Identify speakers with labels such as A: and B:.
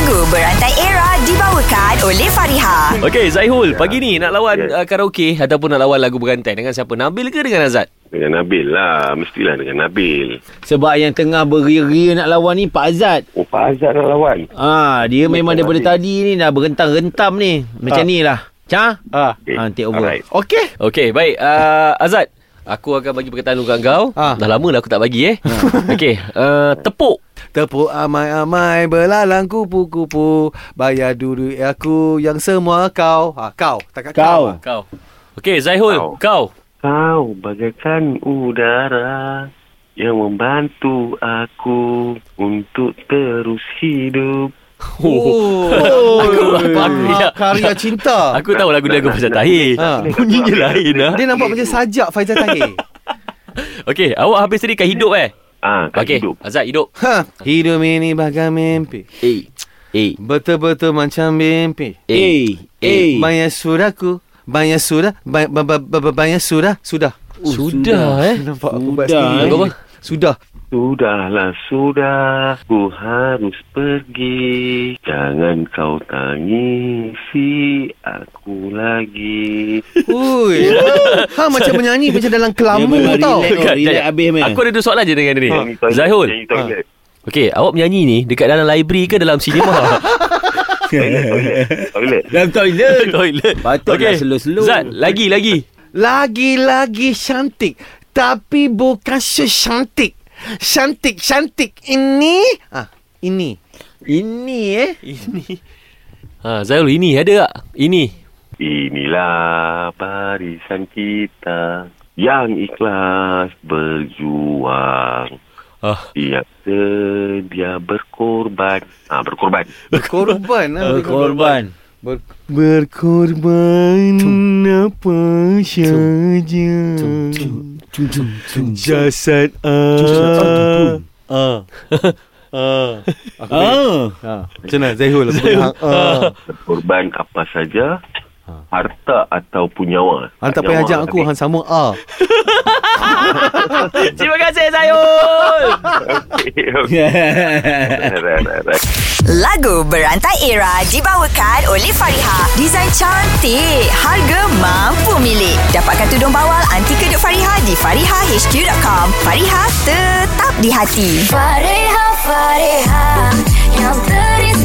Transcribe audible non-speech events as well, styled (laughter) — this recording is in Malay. A: Guru Berantai Era dibawakan oleh Fariha.
B: Okey, Zaihul, pagi ni nak lawan
C: Ya.
B: uh, karaoke ataupun nak lawan lagu berantai dengan siapa? Nabil ke dengan Azad?
C: Dengan Nabil lah. Mestilah dengan Nabil.
D: Sebab yang tengah beria-ria nak lawan ni Pak Azad.
C: Oh, Pak Azad nak lawan.
D: Ah, dia memang
C: Betul,
D: daripada
C: Aziz.
D: tadi ni dah berentang-rentam ni. Macam
E: Ah.
D: ni lah. Cah?
E: Ah.
D: Okay. Ah, take over.
C: Ha. Alright.
E: Okey.
B: Okey, baik. Uh, Azad, aku akan bagi perkataan untuk kau.
E: Ah.
B: Dah lama lah aku tak
D: (laughs)
B: bagi eh.
D: Ah.
B: Okey, uh, tepuk.
E: Tepuk amai-amai belalang kupu-kupu bayar dulu aku yang semua kau. Ha kau, tak
D: Kau.
E: kau.
B: Kau. Okey, Zaihul, kau.
C: Kau bagaikan udara yang membantu aku untuk terus hidup.
B: Oh. aku, aku, aku, ya.
E: Karya
D: Ah.
E: cinta.
B: Aku tahu lagu dia lagu pasal tahir.
E: Ha.
B: Bunyinya lain lah.
E: Dia nampak macam sajak Faizal Tahir.
B: Okey, awak habis tadi kat hidup eh?
C: Ah, kau
B: Okey,
C: hidup.
B: Azad hidup.
E: ha. Hidup ini bagai mimpi.
B: Eh, eh,
E: Betul-betul macam mimpi.
D: Eh, eh.
B: (laughs)
E: Banyak suraku, banyak surah, ba- ba- ba- ba- banyak surah, sudah.
B: Oh, sudah, eh.
E: Nampak aku buat
D: Sudah, eh.
E: sendiri.
B: Lagu apa?
E: Sudah.
C: Sudahlah, sudah. Ku harus pergi. Jangan kau tangisi aku lagi.
E: Ui. ha macam menyanyi macam dalam
D: Dia
E: kelamu
D: memang
E: tau.
D: relax.
B: Kejap,
D: Oh, relax
B: kejap.
D: habis, man.
B: Aku ada dua soalan je dengan dia ni.
C: Nyanyi Ah, toilet,
B: Zahul.
C: Nyanyi toilet.
B: Okey, awak menyanyi ni dekat dalam library ke dalam
D: (laughs)
B: cinema?
C: Toilet, toilet, toilet.
D: Dalam toilet.
B: (laughs) Toilet.
D: Patut
B: Okey.
D: lah slow-slow.
B: Zat, lagi lagi.
E: Lagi-lagi cantik tapi bukan secantik. Cantik cantik ini. Ah, ini.
D: (laughs) Ini eh.
B: Ha, Zairul ini ada tak? Ini.
C: Inilah barisan kita yang ikhlas berjuang.
B: Ah.
C: Yang sedia berkorban. Ah, berkorban.
E: Berkorban ah.
D: Eh, Korban.
E: Berkorban apa saja. Jasad ah. Ah. Ah.
D: Ah.
E: Macam mana Zaihul aku pegang. Ah.
C: Berkorban apa saja. Harta ataupun nyawa.
E: Hang tak payah
C: Nyawa
E: ajak Ha. aku
C: tapi-
E: Hang sama ah.
B: (laughs) Terima kasih
C: (laughs)
B: Zairul.
C: Okey, okey.
E: (laughs)
C: Right, right, right, right.
A: Lagu Berantai Era dibawakan oleh Fariha. Desain cantik, harga mampu milik. Dapatkan tudung bawal anti kedut Fariha di farihahq.com. Fariha tetap di hati.
F: Fareha, Fareha, yang teris